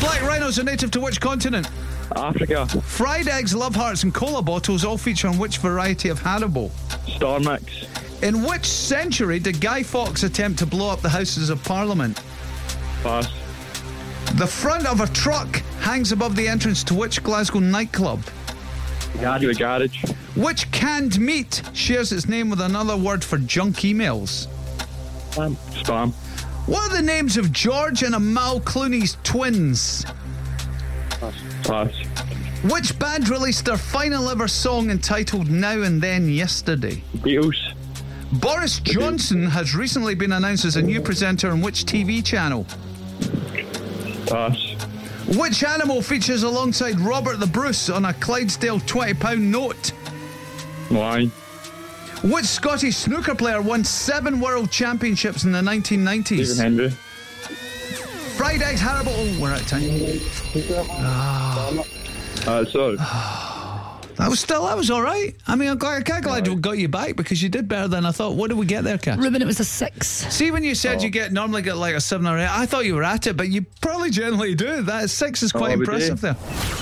Black rhinos are native to which continent? Africa, Fried eggs, love hearts, and cola bottles all feature on which variety of Haribo? Stormix, In which century did Guy Fawkes attempt to blow up the Houses of Parliament? Pass, The front of a truck hangs above the entrance to which Glasgow nightclub? Garage, Garage, Which canned meat shares its name with another word for junk emails? Spam, Spam, What are the names of George and Amal Clooney's twins? Pass, Which band released their final ever song entitled Now and Then yesterday? Beatles, Boris Johnson has recently been announced as a new presenter on which TV channel? Pass, Which animal features alongside Robert the Bruce on a Clydesdale £20 note? Line, Which Scottish snooker player won seven world championships in the 1990s? Stephen Henry, Fried eggs, Haribo. Oh, we're out of time. uh, sorry, That was still, that was all right. I mean, I'm glad, I'm glad I got you back because you did better than I thought. What did we get there, Oh. Kat? Ruben, it was a six. See, when you said you get normally get like a seven or eight, I thought you were at it, but you probably generally do. That six is quite Oh, we do. impressive there.